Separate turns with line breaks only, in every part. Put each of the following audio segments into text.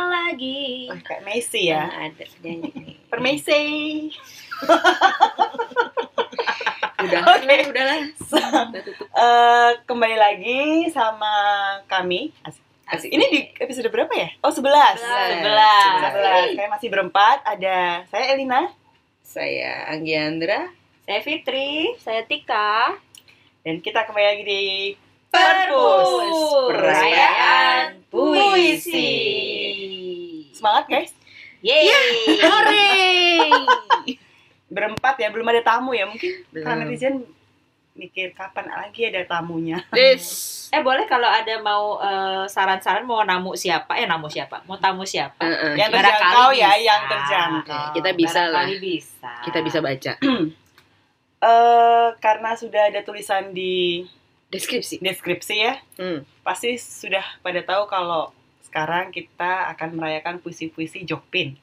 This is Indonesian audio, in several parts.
lagi
Wah, kayak Messi ya.
Yang ada nyanyi nih.
Permisi.
udah
Oke.
lah, udah lah udah tutup
Eh, kembali lagi sama kami. Asik.
Asik.
Ini di episode berapa ya? Oh, 11.
Sebelas.
11. Saya masih berempat. Ada saya Elina
saya Anggi Andra
Saya Fitri, saya Tika.
dan kita kembali lagi di
Perpus.
Perayaan Puisi. Semangat, guys.
Yeay.
Berempat ya, belum ada tamu ya. Mungkin karena
belum
netizen mikir kapan lagi ada tamunya.
Des.
Eh boleh kalau ada mau eh, saran-saran mau namu siapa? Eh namu siapa? Mau tamu siapa?
Heeh,
Yang
barangkali
terjangkau ya,
bisa.
yang terjangkau.
Kita bisa lah.
Barangkali bisa.
kita bisa baca
Eh, karena sudah ada tulisan di
deskripsi
deskripsi ya.
Hmm.
pasti sudah pada tahu kalau sekarang kita akan merayakan puisi-puisi Jokpin.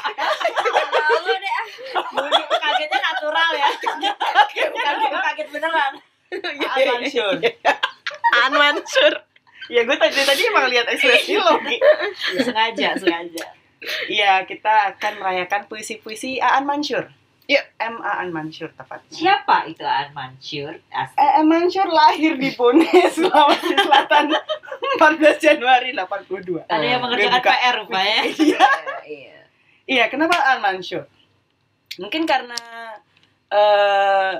Malu deh. ah. Budi, Kagetnya natural ya. Bukan kaget, kaget beneran.
Iya,
Ah,
Anmansur.
Anmansur
ya gue tadi tadi emang lihat ekspresi lo. Gi.
Sengaja, sengaja.
Iya kita akan merayakan puisi-puisi Aan Mansur.
Iya.
M Aan Mansur tepatnya.
Siapa itu An Mansur? Asik.
Iya. Eh, M. Mansur lahir di Bone, Sulawesi Selatan 14 Januari 82
Ada yang
Gue
mengerjakan
buka.
PR rupanya.
iya
Iya, kenapa Aan Mansur? Mungkin karena eh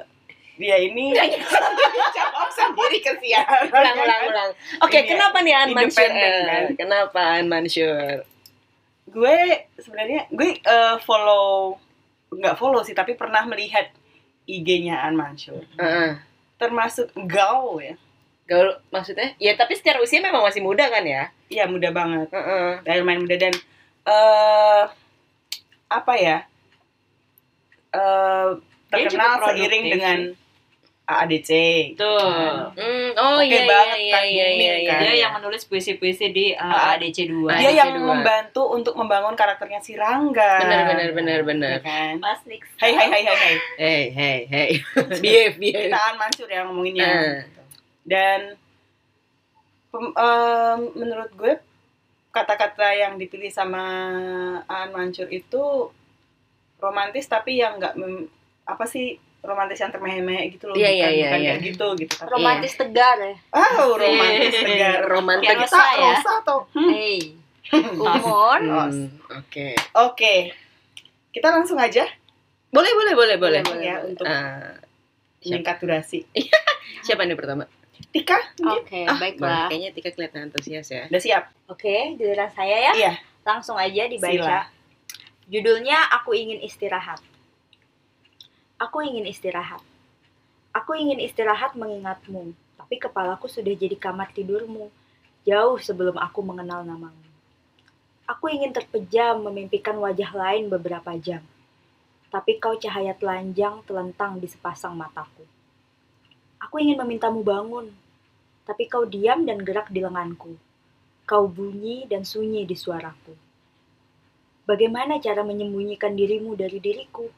dia ini Iya, kan? jawab sendiri kesian.
ulang ulang ulang oke
Ini ya,
kenapa nih An Mansur
independen, kan?
Eh, Iya. kenapa An Mansur
gue sebenarnya gue eh, follow nggak follow sih tapi pernah melihat IG-nya An Mansur
Heeh.
termasuk gaul ya
gaul maksudnya ya tapi secara usia memang masih muda kan ya
ya muda banget
Heeh.
dari main muda dan eh apa ya eh,
Dia juga
terkenal
produktif
seiring
sih.
dengan AADC
Tuh.
Hmm, oh
Oke
iya,
banget
iya,
kan,
iya, iya,
booming
iya,
kan.
Dia
iya.
yang menulis puisi-puisi di eh,
Ah,
ADC 2.
Nah,
dia
itu
yang
dua.
membantu untuk membangun karakternya si Rangga
benar benar benar benar.
Ya kan
Mas Nix.
Hai hai hai hai hai
Hey hey hey.
kita
Behave behave.
An Mansur ya ngomonginnya
Iya, Eh.
dan pem- em, menurut gue kata-kata yang dipilih sama Aan Mansur itu romantis tapi yang nggak mem- apa sih romantis yang termeh-meh gitu loh
Iya,
bukan,
iya, iya,
bukan
iya.
kayak gitu gitu tapi
Romantis tegar ya.
oh romantis
Iya.
tegar
Romantik.
Kayak
rosa
Rosa ya?
rosa atau
Hey. Umur.
Ros.
Hmm, Oke.
oke kita langsung aja
Boleh boleh boleh boleh.
Boleh,
ya untuk
Ah,
meningkat durasi
siapa nih pertama?
Tika mungkin?
Oke,
Ah, boleh.
baiklah.
Kayaknya Tika kelihatan antusias ya.
udah siap
Oke, giliran saya ya.
Iya.
Langsung aja dibaca.
Sila.
Judulnya Aku Ingin Istirahat. Aku ingin istirahat. Aku ingin istirahat mengingatmu, tapi kepalaku sudah jadi kamar tidurmu jauh sebelum aku mengenal namamu. Aku ingin terpejam memimpikan wajah lain beberapa jam. Tapi kau cahaya telanjang telentang di sepasang mataku. Aku ingin memintamu bangun, tapi kau diam dan gerak di lenganku. Kau bunyi dan sunyi di suaraku. Bagaimana cara menyembunyikan dirimu dari diriku?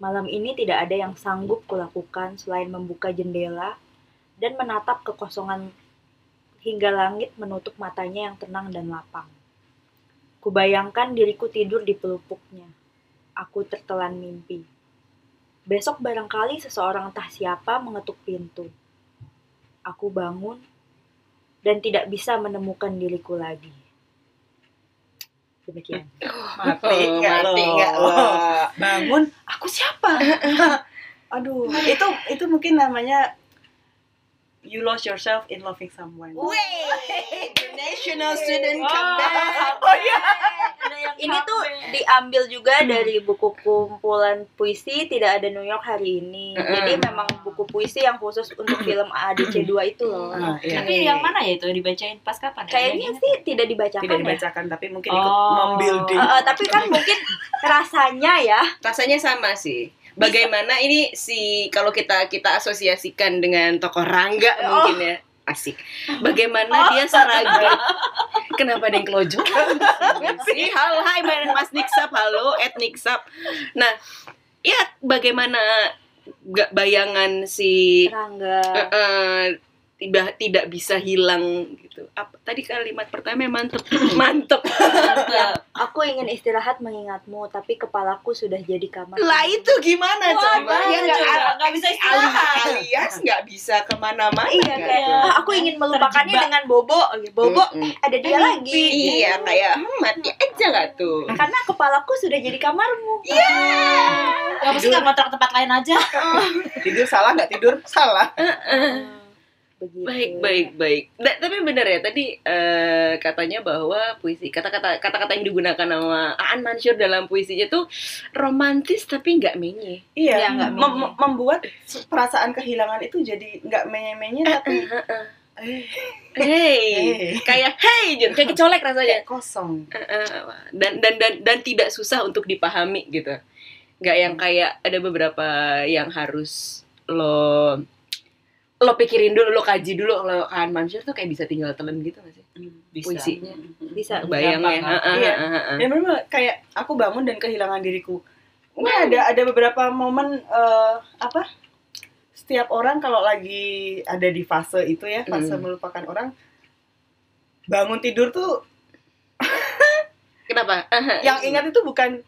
Malam ini tidak ada yang sanggup kulakukan selain membuka jendela dan menatap kekosongan hingga langit menutup matanya yang tenang dan lapang. Kubayangkan diriku tidur di pelupuknya. Aku tertelan mimpi. Besok barangkali seseorang entah siapa mengetuk pintu. Aku bangun dan tidak bisa menemukan diriku lagi. Demikian.
mati nggak lo?
Oh, nggak lo?
bangun aku siapa aduh itu itu mungkin namanya you lost yourself in loving someone
International student
Oh, iya.
Ini tuh diambil juga dari buku kumpulan puisi Tidak Ada New York Hari Ini.
Mm-mm.
Jadi memang buku puisi yang khusus untuk film ADC 2 itu loh.
Ah, iya.
Tapi yang mana ya itu dibacain pas kapan ya?
Kayaknya sih tidak dibacakan
tidak
ya.
dibacakan tapi mungkin ikut
Oh.
membuilding
Eh, eh, tapi kan mungkin rasanya ya.
Rasanya sama sih. Bagaimana ini si kalau kita kita asosiasikan dengan tokoh Rangga
Oh.
mungkin ya. Asik. Bagaimana dia seragam? Kenapa ada yang kelojokan di sini? Halo, hai Mas Niksap, halo Ed Niksap. Nah, ya bagaimana ga- bayangan si
Rangga.
eh, eh, tidak tidak bisa hilang gitu. Apa, tadi kalimat pertama mantep mantep.
Mantap.
Aku ingin istirahat mengingatmu, tapi kepalaku sudah jadi kamar.
Lah itu gimana
Wah,
coba?
gimana
Iya,
Ya nggak
coba?
al-
Nggak bisa
ali-
istirahat.
alias nggak bisa kemana-mana.
Iya
kan?
kayak
Iya.
"Ah, aku ingin melupakannya
Terjebak.
dengan bobo, Gitu. bobo
Mm-mm.
ada dia lagi.
Iya kayak hmm, mati aja nggak tuh.
Karena kepalaku sudah jadi kamarmu.
Gak mesti nggak kontrak tempat lain aja.
tidur salah nggak tidur salah
Begitu.
Baik baik baik. Da- tapi benar ya tadi eh, katanya bahwa puisi kata-kata kata-kata yang digunakan sama Aan Mansur dalam puisinya tuh romantis tapi nggak menye.
Iya,
iya
nggak
mem-
menye.
membuat perasaan kehilangan itu jadi nggak menye-menye tapi eh,
Hey,
eh,
kayak hey gitu, kayak kecolek rasanya.
kayak kosong
Eh, eh, dan dan dan dan tidak susah untuk dipahami gitu nggak yang kayak ada beberapa yang harus lo lo pikirin dulu lo kaji dulu kalau Aan Mansur tuh kayak bisa tinggal telan gitu nggak sih ya? puisinya
Bisa.
bayangnya
Gampang,
Heeh,
Iya.
heeh, heeh.
ya memang kayak aku bangun dan kehilangan diriku ini
Hmm.
ada ada beberapa momen eh, apa setiap orang kalau lagi ada di fase itu ya fase
Hmm.
melupakan orang bangun tidur tuh
kenapa Heeh.
yang ingat itu bukan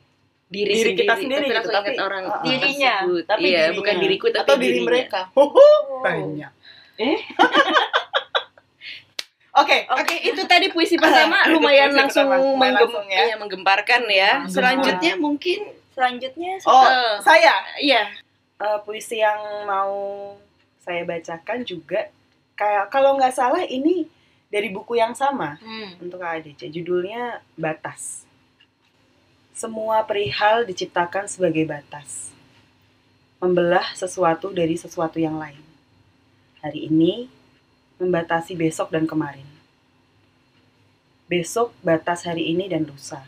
diri,
diri
sendiri.
kita sendiri
tapi
gitu,
langsung
tapi-
ingat orang
heeh.
dirinya
tapi
iya
dirinya.
bukan diriku tapi
atau diri
dirinya.
mereka Hoho, banyak
Eh?
oke
Oke, itu tadi puisi pertama
Ah, Itu
lumayan
puisi
langsung,
pertama, lumayan
menggem-
langsung ya.
iya, menggemparkan ya.
Menggemparkan.
Selanjutnya mungkin
Selanjutnya
oh
Eh.
saya
iya.
eh, puisi yang mau saya bacakan juga kayak kalau nggak salah ini dari buku yang sama untuk ADC judulnya Batas. Semua perihal diciptakan sebagai batas. Membelah sesuatu dari sesuatu yang lain. Hari ini membatasi besok dan kemarin. Besok batas hari ini dan lusa.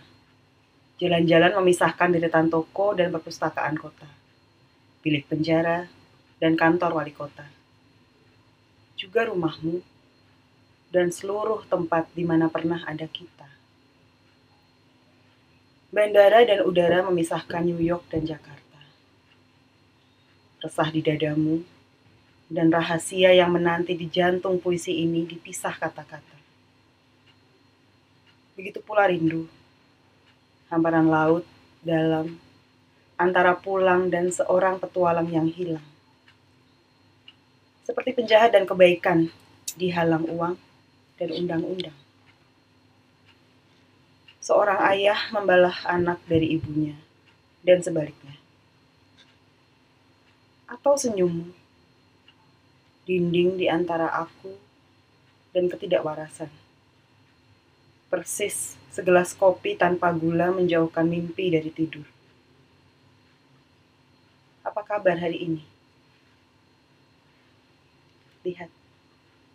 Jalan-jalan memisahkan deretan toko dan perpustakaan kota. Bilik penjara dan kantor wali kota. Juga rumahmu dan seluruh tempat di mana pernah ada kita. Bandara dan udara memisahkan New York dan Jakarta. Resah di dadamu dan rahasia yang menanti di jantung puisi ini dipisah kata-kata. Begitu pula rindu, hamparan laut, dalam, antara pulang dan seorang petualang yang hilang. Seperti penjahat dan kebaikan dihalang uang, dan undang-undang. Seorang ayah membalah anak dari ibunya dan sebaliknya. Atau senyummu, dinding di antara aku dan ketidakwarasan. Persis segelas kopi tanpa gula menjauhkan mimpi dari tidur. Apa kabar hari ini? Lihat,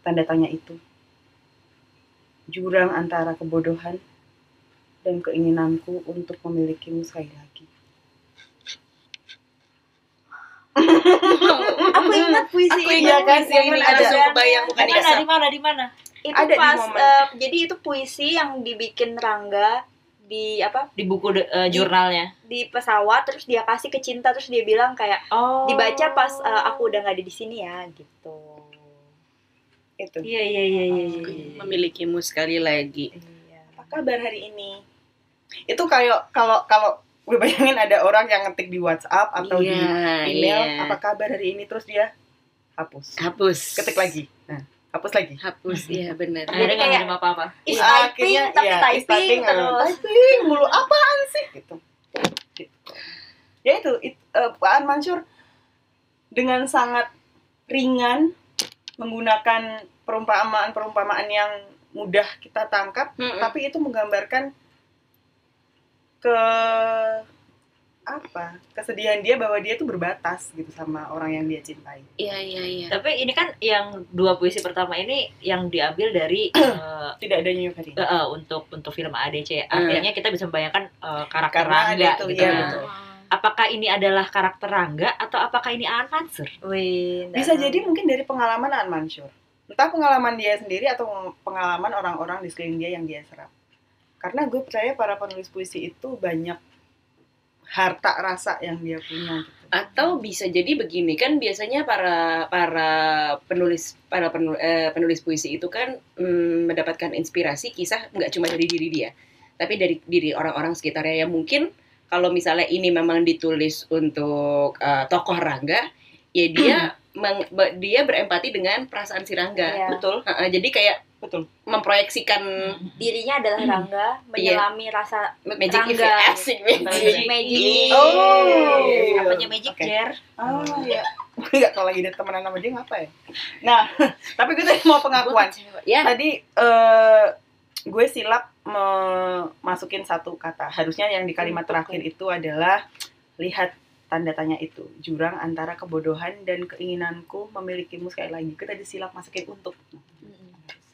tanda tanya itu jurang antara kebodohan dan keinginanku untuk memilikimu sekali lagi.
aku ingat puisi
Aku
ini.
ingat puisi
Momen
ini,
ada-
langsung kebayang bukan
Di mana? Di mana? Di mana?
Itu
Ada di
pas
momen.
eh, jadi itu puisi yang dibikin Rangga di apa
Di buku de- eh, jurnalnya.
di pesawat terus dia kasih ke Cinta terus dia bilang kayak
Oh.
dibaca pas eh, aku udah nggak ada di sini ya gitu.
Itu.
Iya iya iya iya. iya.
gitu.
memilikimu sekali lagi.
Iya.
Apa kabar hari ini? Itu kayak kalau kalau gue bayangin ada orang yang ngetik di WhatsApp atau
Iya,
di email
iya.
apa kabar hari ini terus dia hapus.
hapus
Ketik lagi. Iya. Nah, hapus lagi.
hapus ya benar
Akhirnya
Jadi
nggak
kayak-
ngirim apa-apa.
Is typing
Akhirnya,
tapi
iya, is
typing,
typing, eh,
terus.
typing mulu apaan sih gitu. Gitu. Ya itu it- eh, Pak An Mansur dengan sangat ringan menggunakan perumpamaan-perumpamaan yang mudah kita tangkap, tapi itu menggambarkan ke apa? Kesedihan dia bahwa dia tuh berbatas gitu sama orang yang dia cintai.
iya iya iya
Tapi ini kan yang dua puisi pertama ini yang diambil dari eh,
Tidak ada New York hari ini.
eh, eh, untuk untuk film ADC. Artinya kita bisa membayangkan eh, karakter
Iya. Karena ada
Rangga
itu,
gitu.
iya,
ya.
betul.
Apakah ini adalah karakter Rangga atau apakah ini Aan Mansur?
Wih, nah, nggak
Bisa
tahu.
jadi mungkin dari pengalaman An Mansur. Entah pengalaman dia sendiri atau pengalaman orang-orang di sekeliling dia yang dia serap. Karena gue percaya para penulis puisi itu banyak harta rasa yang dia punya gitu.
atau bisa jadi begini kan biasanya para para penulis para penul- eh, penulis, puisi itu kan mm, mendapatkan inspirasi kisah nggak cuma dari diri dia tapi dari diri orang-orang sekitarnya yang mungkin kalau misalnya ini memang ditulis untuk eh, tokoh Rangga ya dia meng- be- dia berempati dengan perasaan si Rangga
Iya.
Betul,
Heeh, jadi kayak
betul.
memproyeksikan
Dirinya adalah Rangga menyelami rasa
magic
Rangga.
if asik magic.
Magic.
magic.
Oh.
Apanya Magic
Oke.
Jar?
Ah, ya. Gue nggak tahu lagi ada temenan sama dia ngapa ya. Nah, tapi gue tadi mau pengakuan.
ya
Tadi eh gue silap memasukin satu kata. Harusnya yang di kalimat terakhir itu adalah lihat tanda tanya itu jurang antara kebodohan dan keinginanku memilikimu sekali lagi. Gue tadi silap masukin untuk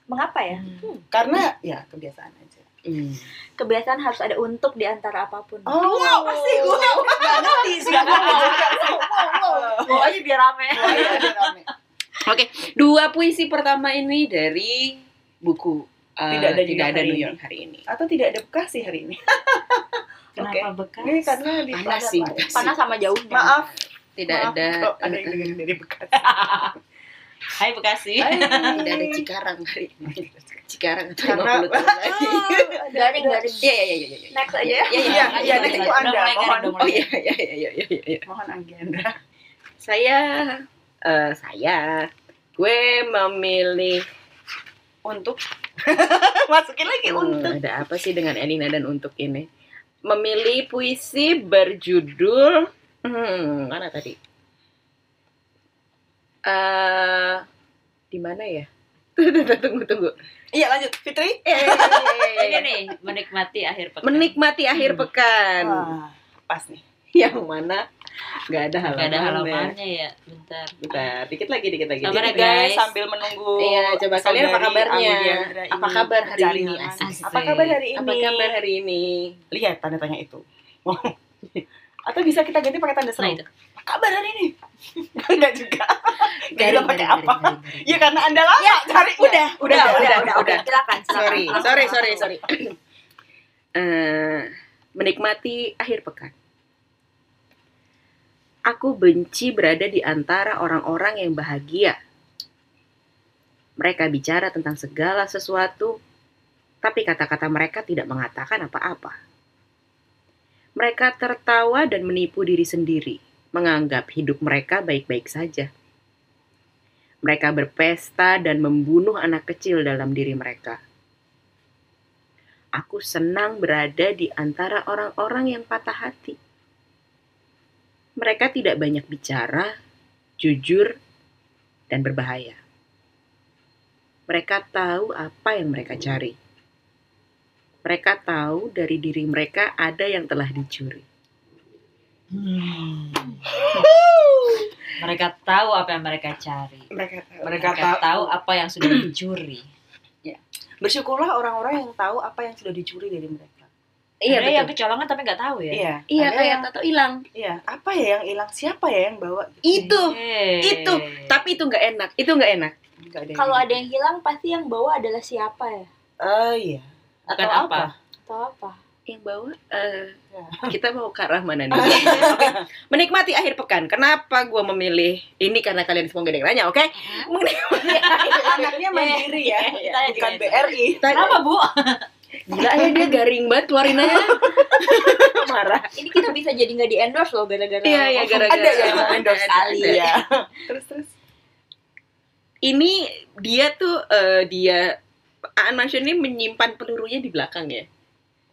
Mengapa ya?
karena ya kebiasaan aja.
Hmm.
Kebiasaan harus ada untuk di antara apapun.
Oh, wow, pasti gue nggak ngerti sih. Gak ngerti juga. Wow, wow, wow.
Pokoknya biar rame.
Wah, iya, ada rame.
Oke, dua puisi pertama ini dari buku uh,
Tidak ada New York hari
New
ini.
York hari ini.
Atau tidak ada Bekasi hari ini?
Kenapa bekas?
Ini kan- karena di
Panas
Padang,
sih,
Pak.
Bekasi.
Panas sama jauhnya.
Maaf, maaf
Tidak ada eh,
kalau ada yang dengerin dari Bekasi.
Hai Bekasi.
Iya.
tidak ada Cikarang hari ini. Cikarang atau lima
Karena-
puluh tahun lagi.
Garing garing.
Iya iya iya iya. iya.
Next aja ya.
Iya iya
Iya,
iya
iya,
iya,
next itu
iya.
Anda, mohon.
Oh iya iya iya iya iya, iya.
ya. Mohon agenda.
Saya eh, saya gue memilih
Untuk masukin lagi
Hmm,
untuk.
ada apa sih dengan Elina dan untuk ini? Memilih puisi berjudul hmm, mana tadi? Eh di mana ya? tunggu tunggu.
Iya, lanjut. Fitri.
Eh, Hmm.
Ini Oh, iya nih menikmati akhir pekan.
menikmati akhir pekan.
Wah, pas nih.
Yang mana? Gak ada halaman.
Gak ada halamannya ya. Bentar.
Bentar, dikit lagi, dikit lagi.
Sabar
Jadi
ya,
Dikit
guys,
lagi.
guys.
sambil menunggu
Iya, coba kalian apa
saudari
kabarnya?
Anggiandra ini
Apa kabar hari
mencari
ini?
halaman.
Asik.
Apa kabar hari ini?
Apa kabar hari ini?
Lihat tanda tanya itu. Wow. Atau bisa kita ganti pakai tanda
Nah
seru.
itu.
Apa kabar hari ini? Enggak juga. Enggak juga pakai apa.
garing, garing.
Ya karena Anda lama cari.
Udah,
udah, udah, udah.
Silakan, silakan.
sorry,
Langsung,
sorry,
langsung.
sorry, sorry. Eh, menikmati akhir pekan. Aku benci berada di antara orang-orang yang bahagia. Mereka bicara tentang segala sesuatu, tapi kata-kata mereka tidak mengatakan apa-apa. Mereka tertawa dan menipu diri sendiri, menganggap hidup mereka baik-baik saja. Mereka berpesta dan membunuh anak kecil dalam diri mereka aku senang berada di antara orang-orang yang patah hati. Mereka tidak banyak bicara, jujur, dan berbahaya. Mereka tahu apa yang mereka cari. Mereka tahu dari diri mereka ada yang telah dicuri.
Mereka tahu apa yang mereka cari.
Mereka
Mereka tahu apa yang sudah dicuri.
Bersyukurlah orang-orang yang tahu apa yang sudah dicuri dari mereka.
Iya,
Ada yang
betul.
kecolongan tapi nggak tahu ya.
Iya.
Iya,
ada
kayak
yang-
tato hilang.
Iya. Apa ya yang hilang? Siapa ya yang bawa?
Itu,
Yeay.
itu. Iya. Tapi itu nggak enak. Itu nggak enak.
Enggak ada.
Kalau ada yang hilang pasti yang bawa adalah siapa ya?
Oh iya. Atau
Bukan
apa?
apa?
Atau apa?
Yang bawa, eh,
Ya.
kita mau ke arah mana nih? Oke. Menikmati akhir pekan. Kenapa gue memilih ini karena kalian semua gak ada yang nanya, oke?
Anaknya mandiri ya.
Iya, iya.
Bukan
Iya.
BRI.
Kenapa bu?
Gila ya dia garing banget keluarin aja. Marah.
Ini kita bisa jadi nggak di endorse loh gara-gara. Oh,
Iya, iya, gara-gara.
Ada ya yang endorse
Ada,
Ali
ada.
ya. Terus terus.
Ini dia tuh, eh, dia... Aan Mansyur ini menyimpan pelurunya di belakang ya.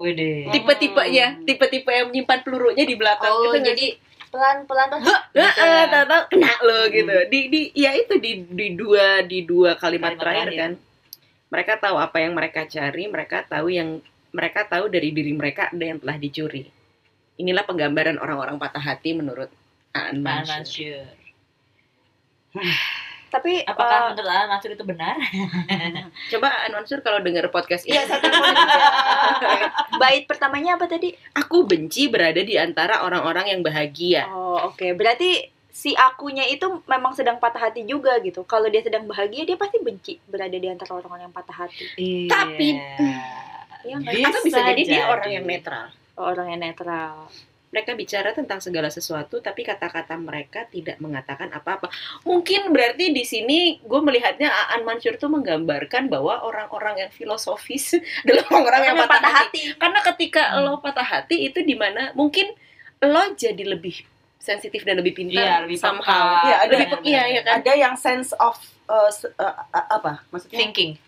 Wede.
Hmm.
Tipe-tipenya, tipe-tipe yang menyimpan pelurunya di belakang.
Oh,
gitu nggak
jadi pelan-pelan terus
Heeh, tahu-tahu kena lo
Hmm.
gitu. Di di ya itu di di dua di dua kalimat,
Kalimat
terakhir
terakhir.
kan. Mereka tahu apa yang mereka cari, mereka tahu yang mereka tahu dari diri mereka ada yang telah dicuri. Inilah penggambaran orang-orang patah hati menurut Aan
Aan
Mansur.
Mansur.
tapi
Apakah
eh,
menurut Aan Mansur itu benar?
Coba Aan Mansur kalau dengar podcast ini,
Iya satu poin.
bait pertamanya apa tadi?
aku benci berada di antara orang-orang yang
Ya.
bahagia.
Oh, oke. Berarti si akunya itu memang sedang patah hati juga gitu. Kalau dia sedang bahagia, dia pasti benci berada di antara orang-orang yang patah hati.
Tapi-
Iya.
Iya nggak?
Atau bisa jadi dia orang yang netral.
Orang yang netral.
mereka bicara tentang segala sesuatu tapi kata-kata mereka tidak mengatakan apa-apa. Mungkin berarti di sini gue melihatnya Aan Mansur tuh menggambarkan bahwa orang-orang yang filosofis adalah orang-orang yang patah hati. Karena ketika
Hmm.
lo patah hati itu dimana mungkin lo jadi lebih sensitif dan lebih pintar
Iya, lebih
somehow.
peka.
Iya, ada
Benar,
lebih pe-
benar.
iya, iya kan?
Ada yang sense of eh, se- eh, a- apa? Maksudnya
Thinking.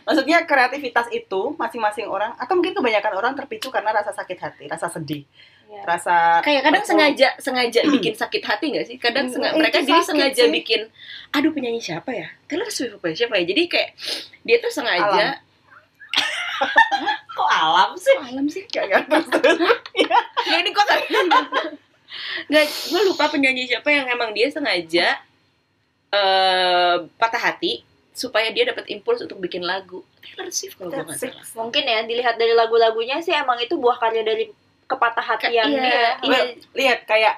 maksudnya kreativitas itu masing-masing orang atau mungkin kebanyakan orang terpicu karena rasa sakit hati, rasa sedih,
Iya.
rasa
kayak kadang
Betul.
sengaja sengaja bikin sakit hati nggak sih kadang
Hmm,
senga-
itu
mereka jadi
sakit
sengaja
sih.
bikin aduh penyanyi siapa ya Taylor Swift apa ya? siapa ya jadi kayak dia tuh sengaja
Kok alam sih?
alam, sih
Gak ngerti.
nggak ini kok nggak gue lupa penyanyi siapa yang emang dia sengaja eh patah hati supaya dia dapat impuls untuk bikin lagu Taylor Swift kalau gue nggak
That's it.
salah
Mungkin ya dilihat dari lagu-lagunya sih emang itu buah karya dari kepatah hatian
Iya,
dia.
iya.
Lihat kayak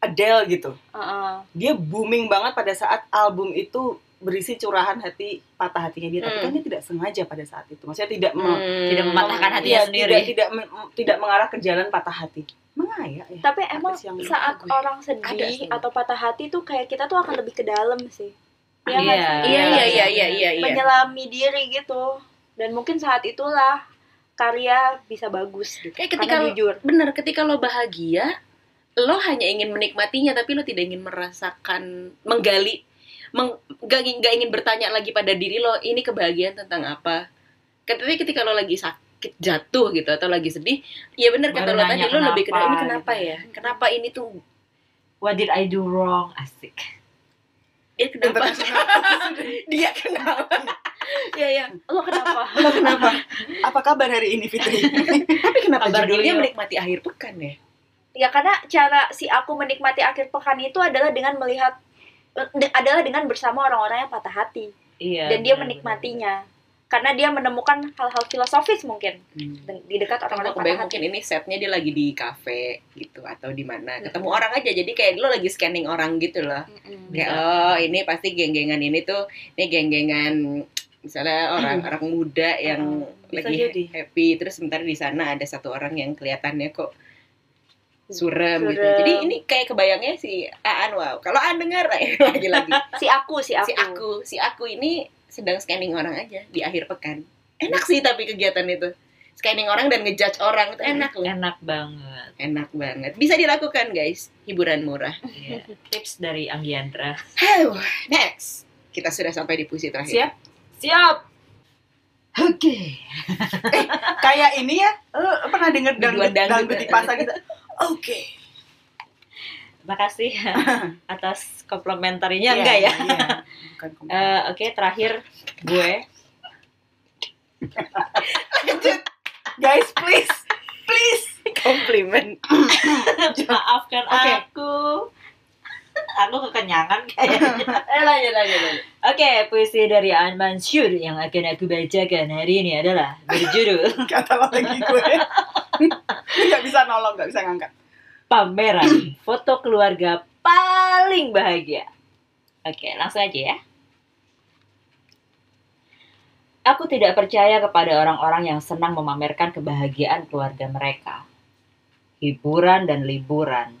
Adele gitu.
Heeh.
Dia booming banget pada saat album itu berisi curahan hati patah hatinya dia tapi
Hmm.
kan dia tidak sengaja pada saat itu maksudnya tidak me-
Hmm.
Tidak mematahkan hatinya
Iya,
sendiri.
Tidak tidak me- tidak mengarah ke jalan patah hati. Mengaya ya.
Tapi emang
Artis yang lupa
saat
gue.
orang
Ada sih.
sedih atau patah hati tuh kayak kita tuh akan lebih ke dalam sih. Iya nggak
Iya.
sih?
iya iya iya iya iya iya
Menyelami diri gitu. Dan mungkin saat itulah karya bisa bagus gitu.
Kayak ketika
Karena
lo-
jujur.
benar ketika lo bahagia lo hanya ingin menikmatinya tapi lo tidak ingin merasakan menggali meng, gak, ingin- gak ingin bertanya lagi pada diri lo ini kebahagiaan tentang apa tapi ketika lo lagi sakit jatuh gitu atau lagi sedih ya benar kata
Baru
lo
nanya
tadi lo lebih kenal ini
kenapa,
kenapa
gitu.
ya kenapa ini tuh
What did I do wrong? Asik.
dia ya kenapa
Internasional.
dia kenapa ya ya
Lo kenapa?
Lo kenapa? Apa kabar hari ini Fitri?
tapi kenapa
Kabar
judulnya
dulu.
menikmati akhir pekan ya
ya karena cara si aku menikmati akhir pekan itu adalah dengan melihat eh, de- adalah dengan bersama orang-orang yang patah hati
Iya.
dan dia
benar,
menikmatinya karena dia menemukan hal-hal filosofis mungkin de- di dekat
Atau
orang-orang
nggak Hmm.
patah
kebayang
hati
mungkin ini setnya dia lagi di kafe gitu atau di mana ketemu
Mm-mm.
orang aja jadi kayak lo lagi scanning orang gitu loh
Mm-mm.
kayak
Bisa.
oh ini pasti geng-gengan ini tuh ini geng-gengan misalnya orang orang muda yang
bisa
lagi
jadi.
happy terus sementara di sana ada satu orang yang kelihatannya kok suram gitu
Suram.
jadi ini kayak kebayangnya si Aan wow kalau Aan dengar lagi-lagi
si aku si aku,
si aku si aku ini sedang scanning orang aja di akhir pekan enak sih tapi kegiatan itu scanning orang dan ngejudge orang itu enak
benar.
loh
Enak banget.
enak banget bisa dilakukan guys hiburan murah
Iya. Tips dari Anggiandra.
Huh, next kita sudah sampai di puisi terakhir
Siap.
Siap. Oke.
Kayak ini ya. Lo pernah denger dangdut
Biduan dangdut.
dangdut di pasar gitu. Oke.
Makasih ya atas komplementarinya
Iya,
enggak ya?
iya. Bukan kompor.
Eh, Oke, terakhir gue
Lanjut. Guys, please. Please.
komplimen
maafkan
Oke.
aku. aku kekenyangan kayaknya.
eh lanjut lanjut lanjut
Oke, puisi dari An Mansur yang akan aku bacakan hari ini adalah berjudul
Kata lo lagi gue. Gak bisa nolong, gak bisa ngangkat.
Pameran Foto Keluarga Paling Bahagia. Oke, langsung aja ya. Aku tidak percaya kepada orang-orang yang senang memamerkan kebahagiaan keluarga mereka. Hiburan dan liburan,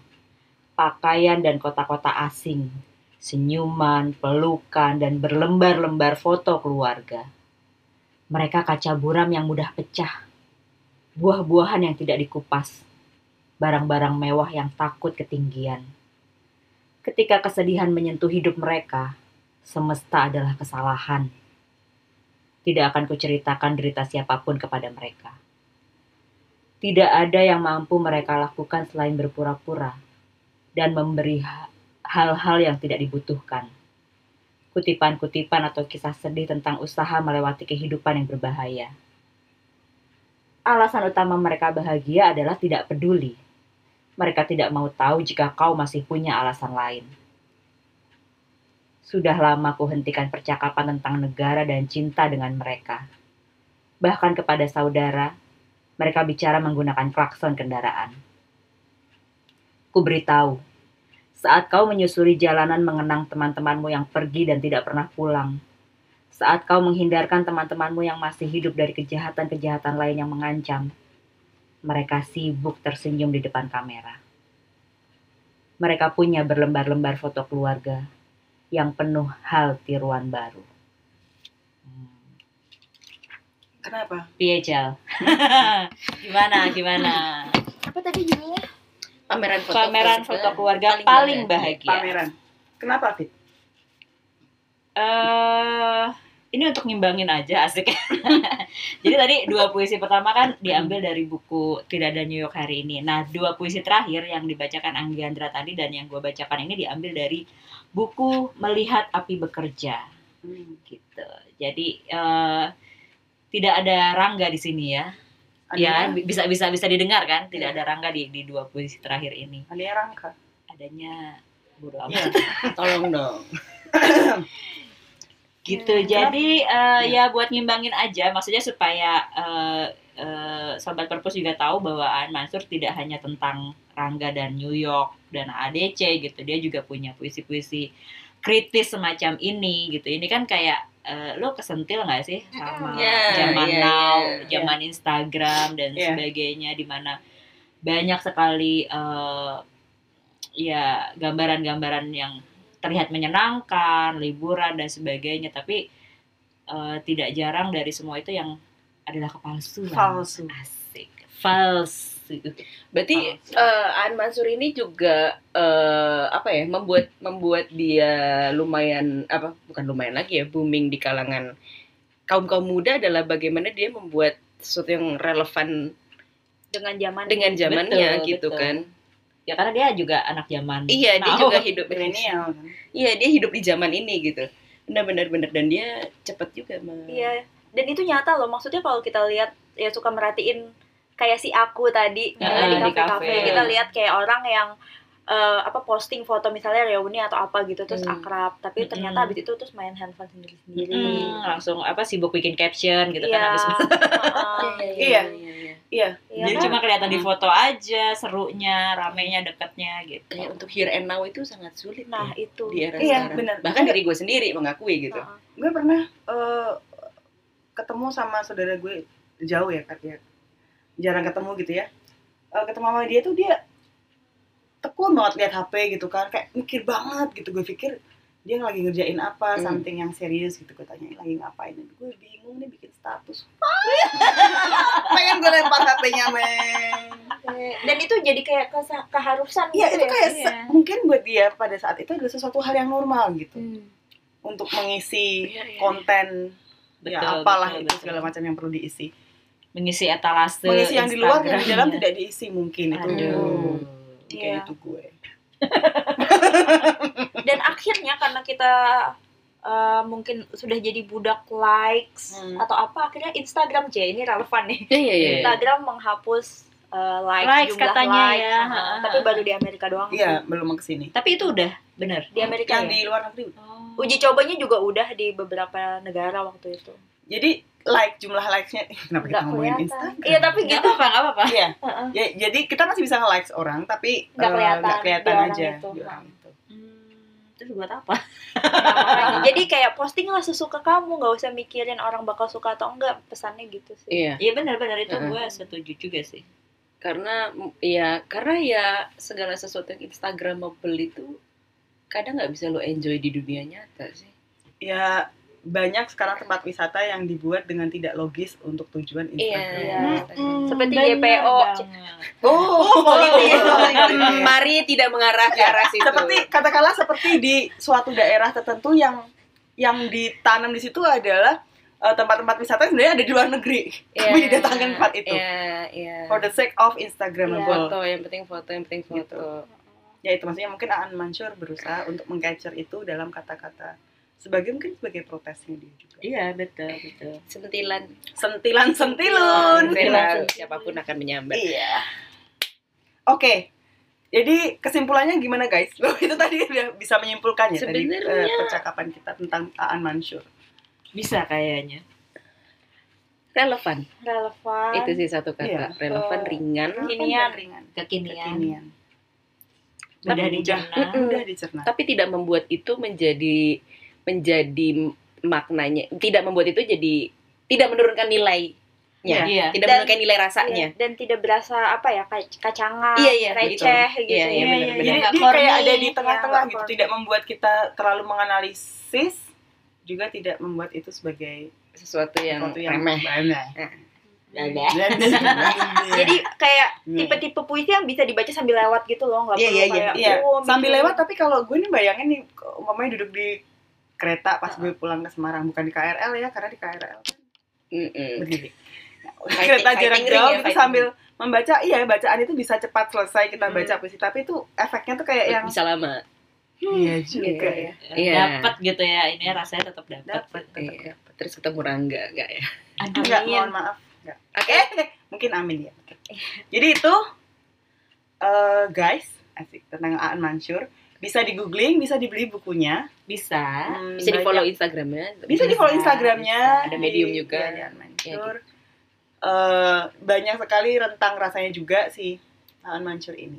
pakaian dan kota-kota asing, senyuman, pelukan, dan berlembar-lembar foto keluarga. Mereka kaca buram yang mudah pecah, buah-buahan yang tidak dikupas, barang-barang mewah yang takut ketinggian. Ketika kesedihan menyentuh hidup mereka, semesta adalah kesalahan. Tidak akan kuceritakan derita siapapun kepada mereka. Tidak ada yang mampu mereka lakukan selain berpura-pura dan memberi ha- hal-hal yang tidak dibutuhkan. Kutipan-kutipan atau kisah sedih tentang usaha melewati kehidupan yang berbahaya alasan utama mereka bahagia adalah tidak peduli. Mereka tidak mau tahu jika kau masih punya alasan lain. Sudah lama ku hentikan percakapan tentang negara dan cinta dengan mereka. Bahkan kepada saudara, mereka bicara menggunakan klakson kendaraan. Ku beritahu, saat kau menyusuri jalanan mengenang teman-temanmu yang pergi dan tidak pernah pulang, saat kau menghindarkan teman-temanmu yang masih hidup dari kejahatan-kejahatan lain yang mengancam. Mereka sibuk tersenyum di depan kamera. Mereka punya berlembar-lembar foto keluarga yang penuh hal tiruan baru. Hmm.
Kenapa?
Piye, Jal? gimana, gimana?
Apa tadi judulnya?
Pameran foto
Pameran foto keluarga paling bahagia.
Pameran. Kenapa, Fit?
eh ini untuk ngimbangin aja asik. Jadi tadi dua puisi pertama kan diambil dari buku Tidak ada New York hari ini. Nah, dua puisi terakhir yang dibacakan Anggi Andra tadi dan yang gue bacakan ini diambil dari buku Melihat Api Bekerja gitu. Jadi eh tidak ada Rangga di sini ya. Ya,
Alia,
bisa bisa bisa didengar kan? Tidak ada Rangga di di dua puisi terakhir ini.
Alia Rangka.
Adanya bodo amat.
Iya.
Tolong dong.
gitu
Hmm,
jadi eh, ya buat ngimbangin aja maksudnya supaya eh, eh, sobat perpus juga tahu bahwa Aan Mansur tidak hanya tentang Rangga dan New York dan ADC gitu dia juga punya puisi-puisi kritis semacam ini gitu ini kan kayak eh, lo kesentil nggak sih sama
Yeah,
zaman
yeah,
now
yeah.
zaman Instagram dan
Yeah.
sebagainya di mana banyak sekali eh, ya gambaran-gambaran yang terlihat menyenangkan, liburan dan sebagainya, tapi eh, tidak jarang dari semua itu yang adalah kepalsuan.
Palsu.
Asik. Falsu.
Berarti eh Aan Mansur ini juga eh apa ya membuat membuat dia lumayan apa bukan lumayan lagi ya booming di kalangan kaum kaum muda adalah bagaimana dia membuat sesuatu yang relevan
Dengan zaman
dengan zamannya
Betul,
gitu
betul.
kan.
Ya karena dia juga anak zaman.
Iya dia
now.
juga hidup
Milenial. kan?
Iya dia hidup di zaman ini gitu. Benar-benar benar dan dia cepet juga mah.
Iya. Dan itu nyata loh. Maksudnya kalau kita lihat ya suka merhatiin kayak si aku tadi
Ya, di
misalnya di kafe-kafe
kafe.
kita lihat kayak orang yang eh, apa posting foto misalnya reuni atau apa gitu terus
Hmm.
akrab tapi
Mm-mm.
ternyata abis itu terus main handphone sendiri-sendiri.
Hmm, langsung apa sibuk bikin caption gitu
Iya.
kan habis
Heeh.
Iya.
iya.
Iya
Jadi
kan?
cuma kelihatan di foto aja, serunya, ramenya, deketnya gitu.
Kayak untuk here and now itu sangat sulit
nah
ya,
itu.
di era
Iya,
sekarang.
benar. Hmm.
Bahkan dari gue sendiri mengakui gitu.
Heeh.
gue pernah eh, ketemu sama saudara gue jauh ya Kak, ya jarang ketemu gitu ya Eh, ketemu sama dia tuh dia tekun banget lihat HP gitu kan kayak mikir banget gitu gue pikir dia lagi ngerjain apa
Hmm.
something yang serius gitu gue tanya lagi ngapain Dan gue bingung nih bikin status pengen gue lempar HP-nya men
Dan itu jadi kayak kesa- keharusan
Iya itu
gitu ya.
kayak
Iya.
se- mungkin buat dia pada saat itu adalah sesuatu hal yang normal gitu
Hmm.
untuk mengisi
Iya, iya, iya.
konten ya
Betul,
apalah
betul,
itu
betul.
segala macam yang perlu diisi
Mengisi etalase
mengisi yang di luar yang di dalam
Instagramnya.
tidak diisi mungkin itu
Aduh.
Oke,
Iya.
itu gue
dan akhirnya karena kita eh, mungkin sudah jadi budak likes
Hmm.
atau apa akhirnya Instagram C ini relevan nih
Iya iya iya.
Instagram menghapus eh, likes,
Likes
jumlah
katanya
likes,
ya.
nah,
Ha-ha.
tapi baru di Amerika doang
iya belum ke sini
Tapi itu udah bener. Oh.
di Amerika
yang
ya?
di luar negeri
uji cobanya juga udah di beberapa negara waktu itu
jadi like jumlah likesnya nya kenapa kita
nggak
ngomongin
kelihatan
Instagram
iya tapi
Gak
gitu
apa-apa, gak apa-apa.
Iya.
Heeh.
Ya, jadi kita masih bisa nge-likes orang tapi
Nggak
eh,
kelihatan
nggak kelihatan
di orang
aja
itu.
di orang itu.
Hmm, terus buat apa?
jadi kayak postinglah sesuka kamu nggak usah mikirin orang bakal suka atau enggak pesannya gitu sih
Iya.
Iya benar-benar itu
Heeh.
gue setuju juga sih.
karena mm, ya karena ya segala sesuatu yang instagramable itu kadang nggak bisa lo enjoy di dunia nyata sih
ya banyak sekarang tempat wisata yang dibuat dengan tidak logis untuk tujuan
Iya.
Instagram.
Iya.
Hmm.
Seperti GPO.
Oh,
Politik.
sorry, sorry.
Mm, mari tidak mengarah ke arah situ
seperti katakanlah seperti di suatu daerah tertentu yang yang ditanam di situ adalah eh, tempat-tempat wisata yang sebenarnya ada di luar negeri.
Iya,
Tapi didatangkan tempat itu.
iya iya
For the sake of Instagramable.
foto yang penting foto yang penting foto
Ya itu maksudnya mungkin Aan Mansur berusaha untuk mengcapture itu dalam kata-kata sebagai mungkin sebagai protesnya dia juga.
Iya betul betul.
sentilan
Sentilan-sentilun.
Iya, sentilan siapapun akan menyambar
Iya. Oke. Jadi kesimpulannya gimana guys? Loh, itu tadi udah bisa menyimpulkan ya tadi eh,
Sebenarnya-
percakapan kita tentang Aan Mansur.
Bisa kayaknya.
relevan
relevan
itu sih satu kata
Iya.
relevan
Eh,
ringan
Kekinian.
ringan.
Kekinian.
kan
Iya.
Kekinian.
Mudah
Tapi mudah.
dicerna.
Udah dicerna.
tapi tidak membuat itu menjadi menjadi maknanya tidak membuat itu jadi tidak menurunkan nilai Ya.
Iya.
Tidak
Dan-
menemukan nilai rasanya.
Iya. Dan, dan tidak berasa apa ya kayak kacangan,
ya. Iya, iya,
receh gitu
Iya, iya, benar, Iya,
ya.
benar.
Jadi
Nggak
dia kayak
corny,
ada di
ya,
tengah-tengah
nggak
gitu,
corny.
tidak membuat kita terlalu menganalisis, juga tidak membuat itu sebagai
Sesuatu yang,
sesuatu yang
remeh.
remeh.
Dadah.
Jadi kayak
Iya.
tipe-tipe puisi yang bisa dibaca sambil lewat gitu loh, nggak
Iya,
perlu
iya, iya.
kayak
Iya,
oh,
sambil
mikir.
lewat tapi kalau gue nih bayangin nih umpamanya duduk di kereta pas gue pulang ke Semarang bukan di KRL ya karena di KRL
Mm-mm.
berdiri. Nah,
Fighting-
kereta jarak
fighting ring
jauh
ya,
itu
fighting
sambil membaca iya bacaan itu bisa cepat selesai kita
Hmm.
baca puisi tapi itu efeknya tuh kayak yang
Bisa lama.
iya juga
Iya.
ya
Iya.
Dapat gitu ya, ini rasanya tetap dapat.
dapat
Iya. Terus ketemu Rangga, enggak ya?
Aduh,
enggak
Amin.
mohon maaf enggak
Oke.
eh mungkin amin ya jadi itu eh, guys asik tentang Aan Mansur bisa di googling bisa dibeli bukunya
bisa.
Hmm,
Ah, Bisa
banyak-
di-follow ya. Instagramnya.
bisa di follow Instagramnya
bisa. Ada Medium juga.
Iya, di Aan Mansur. Eh, banyak sekali rentang rasanya juga si Aan Mansur ini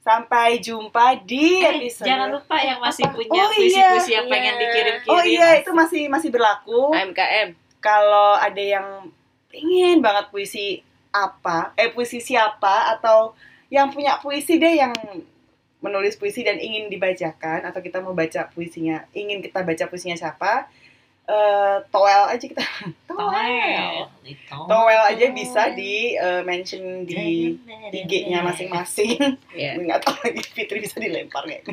sampai jumpa di
Eh,
episode
jangan lupa yang masih
Iya, Apa?
punya
Oh,
puisi-puisi yang
iya.
pengen dikirim kirim. ya.
oh iya itu masih masih berlaku
AMKM.
kalau ada yang pengen banget puisi apa, eh puisi siapa atau yang punya puisi deh yang menulis puisi dan ingin dibacakan atau kita mau baca puisinya, ingin kita baca puisinya siapa, eh toel aja kita.
Toel.
Toel aja bisa di eh, mention di
Iya,
IG-nya masing-masing.
Iya.
Nggak tahu lagi Fitri bisa dilempar nggak ini.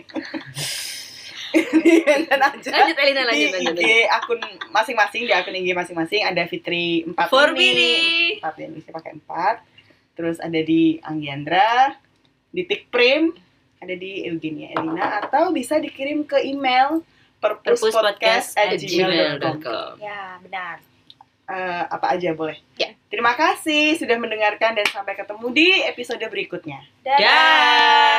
Mention Iya, aja
Lanjut
di
Elina lanjut lanjut.
IG akun masing-masing di akun IG masing-masing ada Fitri empat
Forbini.
empat yang bisa pakai empat terus ada di Anggiandra di Tikprim ada di Eugenia Elina atau bisa dikirim ke email perpuspodcast@gmail.com
gmail.com.
Ya, benar.
Eh, apa aja boleh
Ya.
terima kasih sudah mendengarkan dan sampai ketemu di episode berikutnya
Dadah.
Dah.